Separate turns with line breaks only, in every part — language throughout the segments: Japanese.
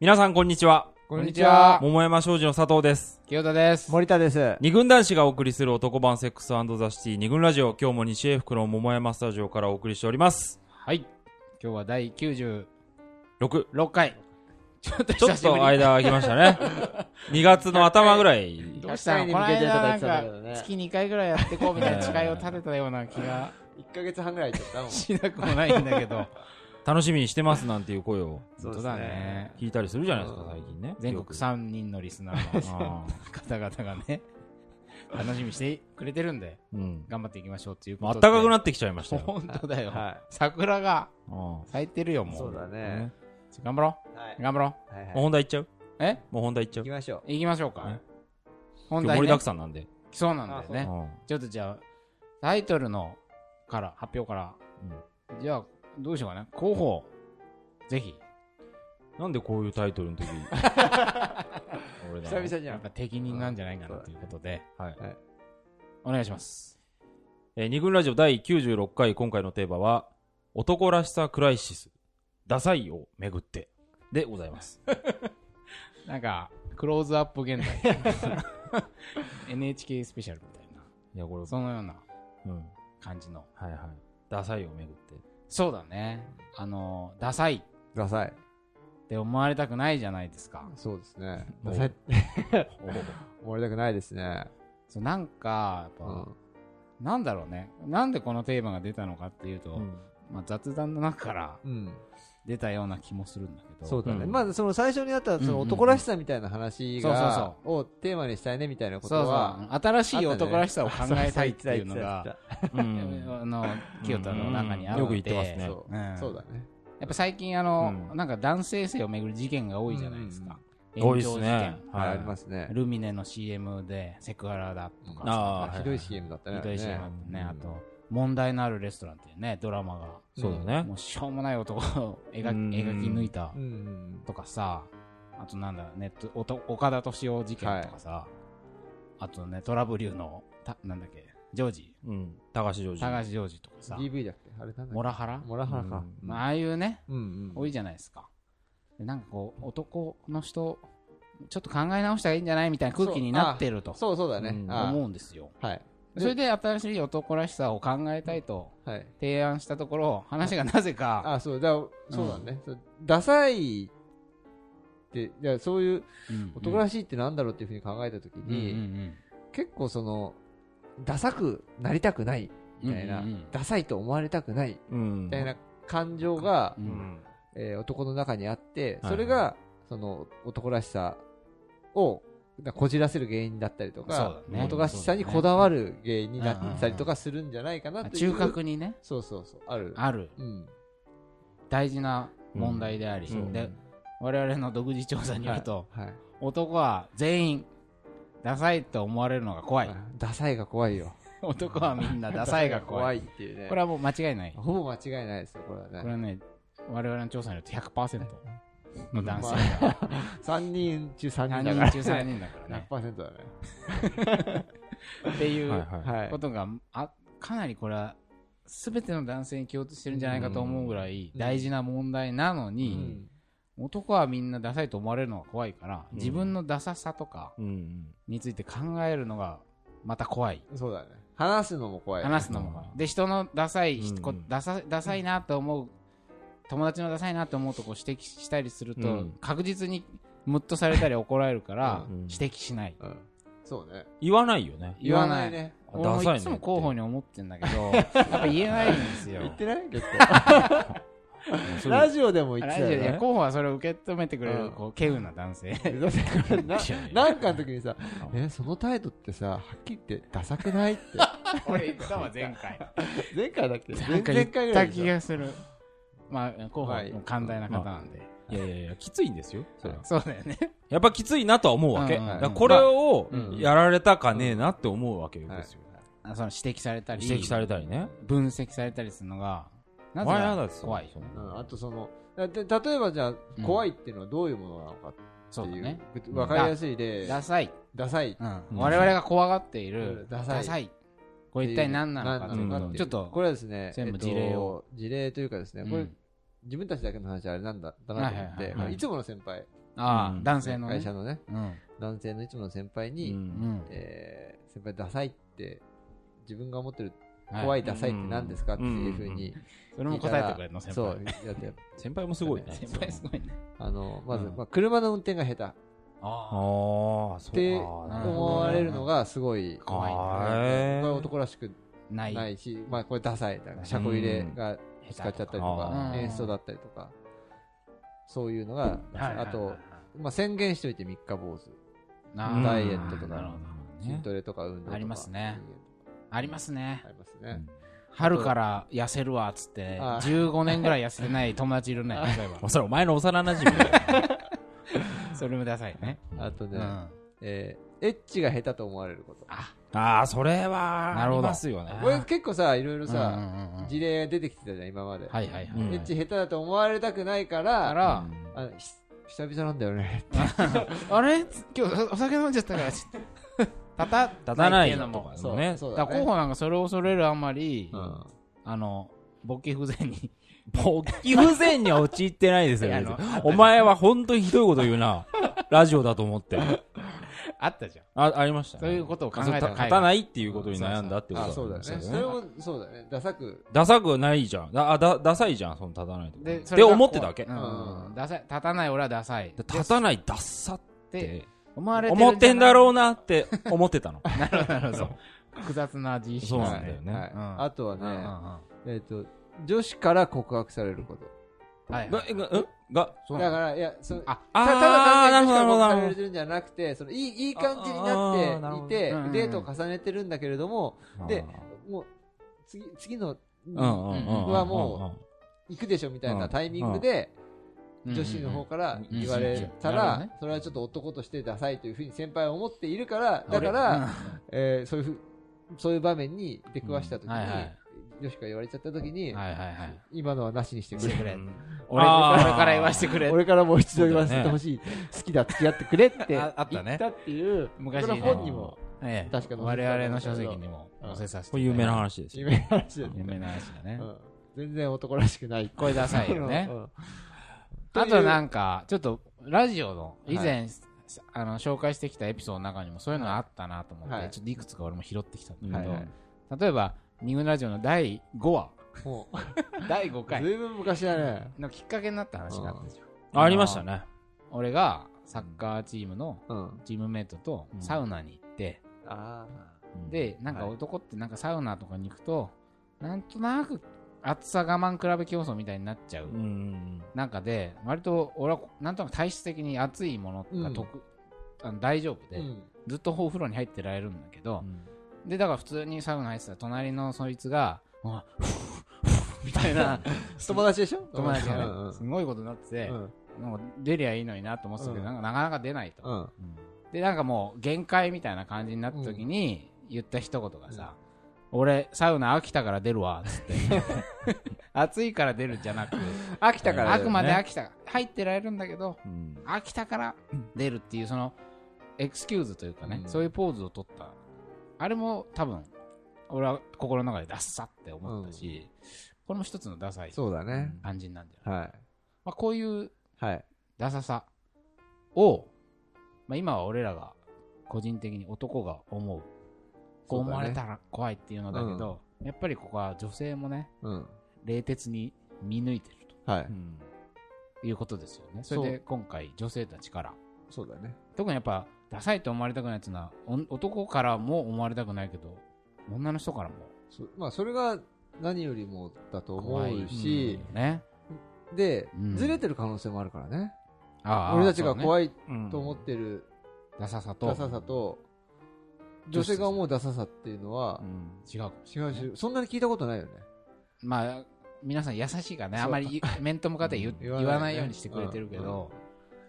皆さんこんにちは。
こんにちは。
桃山商事の佐藤です。
清田です。
森田です。
二軍男子がお送りする男版セックスザ・シティ二軍ラジオ。今日も西英福の桃山スタジオからお送りしております。
はい。今日は第96
6。
回。ちょっと
ちょ
久
っ
しぶり
と間空きましたね。2月の頭ぐらい。
どうしたのこの間なんか月2回ぐらいやってこうみたいな誓いを立てたような気 が
1ヶ月半ぐらい経 ったもん。
しなくもないんだけど。
楽しみにしてますなんていう声を
そ
本当
うですね
だね。
聞いたりするじゃないですか、最近ね。
全
よ
国
く
3人のリスナーの方々がね、楽しみにしてくれてるんで、
うん。
頑張っていきましょうっていう
も
こ
う
と
暖
で。
かくなってきちゃいましたよ。
本当だよ。
は
桜が
うんも
咲いてるよ、
い。
も
そう
う。
だ
う
ね。
頑張ろ
はい。
う。頑張ろ
はいは
本
い。
題いっちゃう
う。え
もう本題いっちゃ
行
う
きましょう。
行きましょうか
ね。今
本
日
題
盛り
ね
だく。さんなんで。
そうなんだよ
え
ね
う。ん
ちょっとじゃあ、タイトルのから、発表から、じゃあ、どうしようかな。候補を、ぜひ、
なんでこういうタイトルの時俺だ
久々じゃ
やっ
ん。
ぱ適任なんじゃないかなということで、
はい
はい
お願いします。
えー二軍ラジオ第96回、今回のテーマは、男らしさクライシス、ダサいをめぐって、でございます。
なんか、クローズアップ現 代。NHK スペシャルみたい
いや、これ
な、そのような
うん。
感じの。
はいはい。ダサいをめぐって。
そうだね。あの、ダサい
ダサい。
って思われたくないじゃないですか。
そうですね。
お
ダサい。思われたくないですね。
そうなんか、
う
や
ん
っぱ、なんだろうね。なんでこのテーマが出たのかっていうと、
うん
まあ、雑談の中から
うん。
出たような気もするんだけど。
そうだね。
うん
まあ、その最初にあっ
う
た、そ
ん
の
うん
男らしさみたいな話が
そ、
をテーマにしたいねみたいなこと
そう
は、
そう新しい男らしさを考えたいっていうの
そう
が、
う。
うんんあの清田の中にある
よ
の
く
で
言ってますね。
そう
うん
そうだね。
やっぱ最近あの、
う
なんか男性性をめぐる事件が多いじゃないですか、
うん多いです
事
ね
件、
はい、
はい
ありますね。
ルミネの CM でセクハラだと
うん
か
ああ、
ひどい
し。
CM だったね。
ひどい CM あってね、
うん
あと問題のあるレストランっていうねドラマが
そうだね
も。うしょうもない男を描
うん
き描き抜いた
うんうん
とかさ、あとなんだネットおと岡田敏夫事件とかさ、あとねトラブリューのたなんだっけジョージ
うん。高橋ジョージ。
高橋ジョージとかさ
うん。DV だっけあれなんだっけ
モラハラ、
モラハラか。
うん
まあああいうね
うんうん。
多いじゃないですかでなんかこう男の人ちょっと考え直したらいいんじゃないみたいな空気になってると
そうそうだね。
うん
ああ
思うんですよ
はい。で
それで新しい男らしさを考えたいと
はい。
提案したところ話がなぜか
あ、そう、だから、そうだね。そうダサいって、じゃそういう
うん
男らしいってなんだろうっていうふうに考えたとき
うんうんう
に、
ん
結構その、ダサくなりたくないみたいな
うんうんうん、
ダサいと思われたくない
うん。
みたいな感情が
う、
うんん。
えー男の中にあって、
はい
それが、その男らしさを、だこじらせる原因だったりとか
そうだ、ね
男らしさにこだわる原因になったりとかするんじゃないかなっていう。
中核にね
そうそうそう、ある。
ある
うん。
大事な問題であり、
うん
で我々の独自調査によると、
はい。
男は全員ダサいと思われるのが怖い、
ダサいが怖いよ。
男はみんなダサいが怖い
怖いっていうね。
これはもう間違いない、
ほぼ間違いないですよ、これは
これは
ね。
ね我々の調査によると100%の男性 が
3人中3
3
人だから。
人中3人だからね
100%だね。
ってい
はいうは
はい
こ。とがあかなりこれは全ての男性に共通してるんじゃないかと思うぐらい
うん
大事な問題なの
う
う
に、
ん
男はみんなダサいと思われるのが怖いから、
うん
自分のダサさとか
い。うん。
について考えるのがまた怖い
そうだね。話すのも怖い。
話すのも怖いで人のダサい、
うん
こダサダサいなと思う友達のダサいなと思うとこう指摘したりすると、
うん
確実にムッとされたり怒られるから、
うん
指摘しない
うん。そうね。
言わないよね。
言わない
ね。
あ
俺もいつも候補
に。
に思ってんだけどやっぱ言えないんですよ
言ってない結構。
それ
ラジオでも言っ
ラ
て
ジオ
た
でい
よ
や
ね。
候補はそれを受け止めてくれる、
うん
こう稀有な男性
だってこれない
やいや
なんかの時にさ、え、その態度ってさ、はっきり言ってダサくないって。
俺言ったわ前回
前回だっけ
な
前
んか
々
言っ
回ぐら
た
いでし
気がするまあ候補はもう寛大な方なんで、
いやいやいや、きついんですよ。それは
そうだよね
やっぱきついなとは思うわけ。
うんうんう
だ
ん
からこれを
まあうん
やられたかねえなって思うわけ
ょ。
ですよ。
あその指摘されたり
指摘されたりね。
分析されたりするのがなぜ
前はだ
か
ってそう
怖いよね
うんあとその、だって例えばじゃあ、
うん
怖いっていうのはどういうものなのかって
そうだ
いう、
ね
わかりやすい例、
ダサい、
ダサい。
うん、我々が怖がっている
うん
ダ
ダ
サ
サ
い
い
これ一体何なのかとい
何
うこ
な
と
の
を
か
ちょっと
これはですね、
全部事例を
えっと事例というかですね、こ
う
れ
ん
自分たちだけの話あれなんだだなと
は
思っ
いはい
て
はいはい、
いつもの先輩、
あ
う
あ、
ん
男性のね。
会社のね、
うん。
男性のいつもの先輩に、
うん。
えー先輩ダサいって、自分が思ってる怖
い。
いダサいって何ですかっていうふうに
それ
聞
も
いた
答
ら。
えてくれるの、先
そ
輩
う。、やって、
先輩もすごいね。
先輩すごいね。
あの、まず、
うん
まあ、車の運転が下手っ
あ
ああ、そうか。
て
なるほどね
思われるのがすごい、
かわいい
へー
これ男らしく
あ、ない。
ないし、まあ、これダサい。だから車庫入れが使っちゃったりとか
う、ん
演出だったりとか、そういうのが、
はい
あと、、まあ、宣言しといて三日坊主。
なる
ダイ
エットとか
なるほど
筋
ね。
トレとか運動とか。
ありますねありますね
あ。りますね。
春から痩せるわ、っつって、
ああ
15年ぐらい痩せてない友達いるね、例え
あそれお前の幼馴染みだよ。
ば。それもダサいね。
あと
う
ね、
ん。
えーエッチが下手と思われること。
あ、
ああ、それは、
な
あ
るほ
り
ど
ますよね。
これ結構さ、いろいろ
う
さ、
んうんうんうん
事例が出てきてたじゃん、今まで。
はいはいは
う
い。
ん
エッチ下手だと思われたくないから、
か
う
ら、
ん
あひ久々なんだよね。
あれ今日お酒飲んじゃったから、 ちょっと。立た、立
立たない
ってう
と
のも
かのね。
そう
だ
だ
から候
ね。
補なんかそれを恐れるあまり、
うん
あの、勃起不 全に。
勃起不全には陥ってないですよ、
いやあ
別
の
にお前は本当にひどいこと言うな。ラジオだと思って。
あったじゃん。
あ、ありましたね。
そういうことを考えた
あ
回
そ
が
う立たないっていうことに悩んだってこと
あ、
だと
そう
思
だ
ん
よ
で
ね
すよ。
それも、そうだね。ダサく。
ダサくないじゃん。だあだダサいじゃん、その立たないと。
で、
って思ってたわけ。
うん。ダサい。立たない俺はダサい。
で立たないダッサっ
で
て、
思われてる
思ってんだろ
う
うなって思ってたの。
なるほど、なるほど。複雑な自意識
そう
で
なん
す
だよね
はいはい
うん
あとは
うんうんうん
ね、
は
えっと、女子から告白されること。
いはい。
が、えが、んが、
そうな
だ
んだ
から、いや、その、た
あ
あー
ただ単に女子から告
なるほど
白されてるんじゃなくて、その、いい、いい感じに
あーな
な
る
っ
ほど
ていて
うんうんうん、
デートを重ねてるんだけれども、で、もう、次、次の、
うんうんうんうん。
はも行くでしょみたいなタイミングで、女子の方から言われた
うんうんうんうんうんうんうんなるほど
ら
ね、
それはちょっと男としてダサいというふうに先輩は思っているから、
俺
だから、、えーそういうふう、そういう場面に出くわしたと
う
き
んはいは
に
い、
女子から言われちゃったとき
うん
に、
はいはいはい。
今のはなしにしてく
して
れ。
くれ。
俺
俺、俺から言わ
て
せてくれ。
俺からもう一度言わせてほしい。好きだ、付き合ってくれって。
ああったね
言ったっていう、
昔
こ
ね
れ本にも、
ええ
確か載せてた
我々の書籍にも載せさせて。
これ有名な。話ですよ。
有名な話だよ
有
ね。
名な話だね
う。ん全然男らしくない。
これダサいよ ね
う。ん。
あとなんんか、ちょっと、ラジオの、以前、あの、紹介してきたエピソードの中にもそういうのあったなと思って、
はい
ちょっといくつか俺も拾ってきたんだ
は
け
い
ど、
はい
例えば、ニグラジオの第5話、
も
第5
う、
回
ずいぶん昔だね。
のきっかけになった話があったでしょ。
あありましたね。
俺が、サッカーチームの
うん。
チームメイトと
うん
サウナに行って、
あ
で、なんか
はい
男ってなんかサウナとかに行くと、なんとなく暑さ我慢比べ競争みたいになっちゃ
う
う
んうんうん。
中で、割と俺はなんとなく体質的に暑いものが得、あの大丈夫
あ。
で、
うん。
ずっとお風呂に入ってられるんだけど、で、だから普通にサウナ入ってたら隣のそいつが、うわみたいな
友達でしょ
友達
う
が
ん
ね、すごいことになってて、
うん。
なんか出りゃいいのになと思ってたけど、
うん
なんかなかなか出ないと。
うん。
でなんかもう限界みたいな感じになった時に言った一言がさ、俺サウナ飽きたから出るわっつって 暑いから出るんじゃなくて、
飽きた からだ
あ
よね
くまで飽きた入ってられるんだけど
うん
飽きたから出るっていうそのエクスキューズというかね、
うん
そういうポーズを取ったあれも多分俺は心の中でダッサって思ったし、これも一つのダサい
そうだね。
感じになるんじゃない、
は
まあ、こういう
い。はい。
ダサさを、まあ、今は俺らが個人的に男が思うこう
そうだね
思われたら怖いっていうのだけどやっぱりここは女性もね
うん。
冷徹に見抜いてる
はい。
うん
ということですよねそれで今回女性たちから
そうだね。
特にやっぱダサいと思われたくないっていうのはお男からも思われたくないけど女の人からも
そまあ、それが何よりもだと
怖い
思うし、
ね
で
う、ん
ずれてる可能性もあるからね。
あ
俺たちが
い
怖い
うん
と思ってる
ダサさと
ダサさと、女性が思うダサさっていうのは
う、ん
違うかもし
違うし、そんなに聞いたことないよね。
まあ皆さん優しいからね
そう
あまり言う 面と向かって言う
言
言
わ
わ
ない
ない
ね
ようにしてくれてるけ
うんう
ど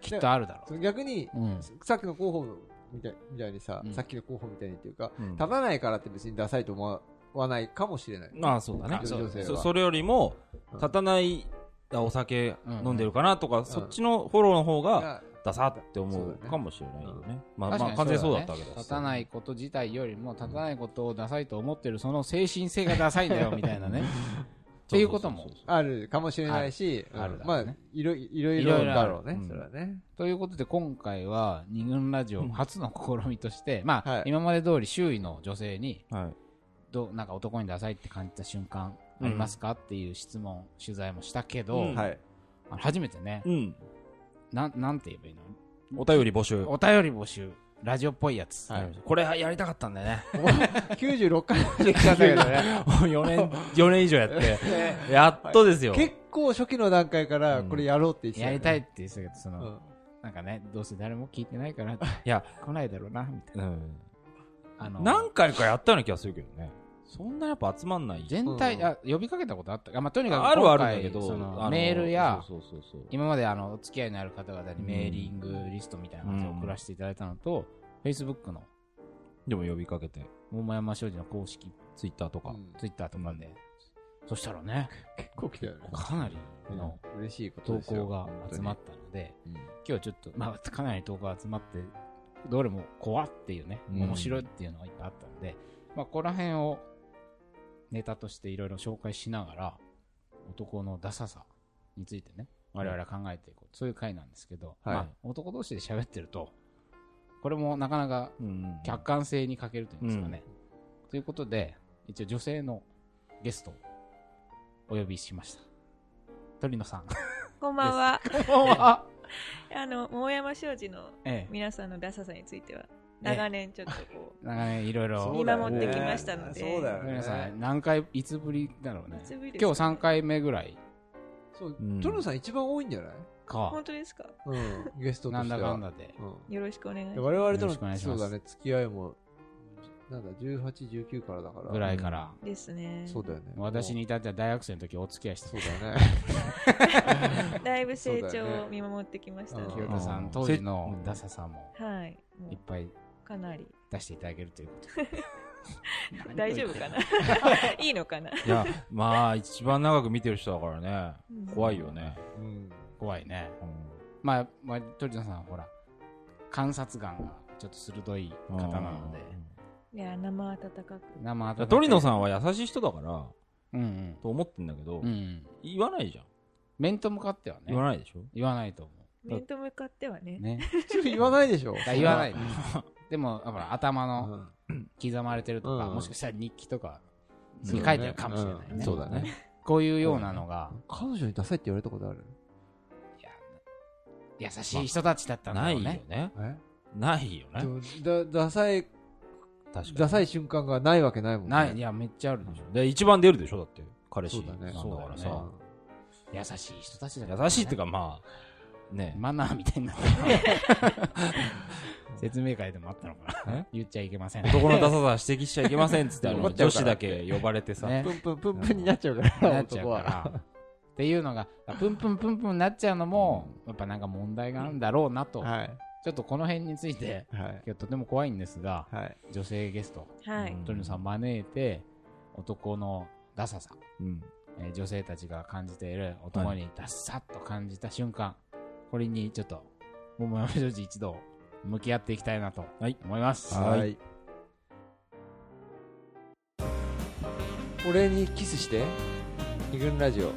ん、
きっとあるだろ
その逆に、
う。うん。
さっきの候補みたいみたいにさ、
うん
さっきの候補みたいにっていうか、
うん
立たないからって別にダサいと思わないかもしれない。
まあそうだね
あ。そう
女性は
そそれよりも
うん
立たないお酒飲んでるかなとか、
ん
そっちのフォローの方が
が
ダサって思
そう
う
だ
か
ね
もしれないよね、まあ
確
ま
か
あ
に
完全にそうだ
ね
ったわけだし
立たないこと自 体よりも、立たないことをダサいと思ってる、その精神性がダサいんだよ、みたいなね。ていうことも
そうそうそうそう
あるかもしれないし、
ある
うん
あるだ
ま
ろ
あ
うね、
いろいろいろだろうね
いろいろある、
それはね。
ということで今回は二軍ラジ
う
オ
ん
初の試みとして、まあ、
はい
今まで通り周囲の女性に
はい。
どうなんか男にダサいって感じた瞬間ありますか、っていう質問取材もしたけど、
うん
あ
はい。
の初めてね、
うん。
なんなんて言えばいいの
お便り募集。
お便り募集ラジオっぽいやつ、
はい
これやりたかったんだよね。
96回まで来ちゃったけど ね。
4年、4年以上やって。やっとですよ。
結構初期の段階から
うん
これやろうって言ってた
や
よね
りたいって言ってたけどその、
うん
なんかねどうせ誰も聞いてないからい
や
来ないだろうなみたい
うん。
なあの
何回かやったような気がするけどね。そんなやっぱ集まんない。
全体、
うん
あ呼びかけたことあったか、まあ、とにかく
あるはあ
今
るん
回
だけど、
そ
あ
の
の
メールや
そうそうそうそう。
今まであのお付き合いのある方々にメーリングリストみたいなのを送らせていただいたのと、Facebook の
でも呼びかけて、
桃山商事の公式
ツイッターとか。
うん
Twitter とかで、そしたらね
結構来たよね。
かなりの
嬉しいこと
投
ですよ
稿が集まったので今日ちょっと、まあ、かなり投稿が集まってどれも怖っていうね
うん
面白いっていうのがいっぱいあったので、まあ、この辺をネタとしていろいろ紹介しながら男のダサさについてね我々は考えていこう、そういう回なんですけど、
はい
まあ、男同士で喋ってるとこれもなかなか
うん
客観性に欠けるというんですかね。ということで、一応女性のゲストをお呼びしました。鳥野さん。
こんばんは。
あ
あの、桃山商事の
ええ、
皆さんのダサさについては、長年ちょっとこう、
長年いろいろ、
見守ってきましたので
そうだよ
鳥
ね。
野
そうだ
さん、
よね
何回、いつぶりだろうね
い。つぶりですか
今日3回目ぐらい
そう
うん
トロさん一番多いんじゃない
か
本。当ですか
うん。ゲストと
な
し
ん
ては。
だかんだで。
うん
よろしくお願いし
で
ます。
我々と
よろしくお願
の
いしま
そ
す
うだね付き合いもなんだ18、19からだから
ぐらいから。
ですね。
そうだよね
私に至っては大学生の時お付き合いして
そうだよね
だいぶ成
そうだよね
長を見守ってきました
う
の
ん
で
清田さ
うん
ん、当時のダサさも
はい。も
いっぱいう
かなり。
出していただけるということで
大丈夫か ないいのかない
や、まあ、一番長く見てる人だからね
うん。
怖いよね。
うん
怖いね。
うん
まあ、まあ、鳥野さんはほら、観察眼がちょっと鋭い方なので、
いや、生温かく。
生温
う
か
ん。鳥野
ん。
さんは優しい人だから、
うん
と思ってんだけど
うん。う、ん。
言わないじゃん。
面と向かってはね。
言わないでしょ
言わないと思
面と向かっては
う。
ね。
ね。
普通言わないでしょ
だから 言わないで。でも、ほら、頭
う
の
ん
刻まれてるとか、
うん
もしかしたら日記とか
う
に
ん
書いてるかもしれない
うん
ね。
そうだね。
こういうようなのが、
彼女にダサいって言われたことある
いや優しい人たちだったんだ
な
ろ
いうよ
ね。
ね。
え
ないよ
で
ね。
もだダサい
確か
ダサい瞬間がないわけないもんね
ない、いや、めっちゃあるでしょ
に。で、一番出るでしょだって、彼氏
そう
な
だ
んだ
ね
から
そうだよ
さ
ね。優しい人たちだ
優しいっていう
か
か、まあ、
ら
ね
ね。。マナーみたいな。 説明会でもあったのか
え
な。言っちゃいけません。
男のダサさ指摘しちゃいけませんっつって、あ
怒
の、
っち
女
ゃう
子
から
だけ呼ばれてさ。
ね
プンプンプンプンになっちゃうから
なっちゃうから。っていうのが、プンプンプンプンになっちゃうのも、やっぱなんか問題があるんだろうなと、
男ははい
ちょっとこの辺について、
はい
今日とても怖いんですが、
はい
女性ゲスト、
は
う
い
ん。
鳥野さんを招いて、男のダサさ、
うん。
えー女性たちが感じている男にダッサッと感じた瞬間、これにちょっと、桃山女子一同、向き合っていきたいなと
はい
思います。
はい俺にキスして二軍ラジオ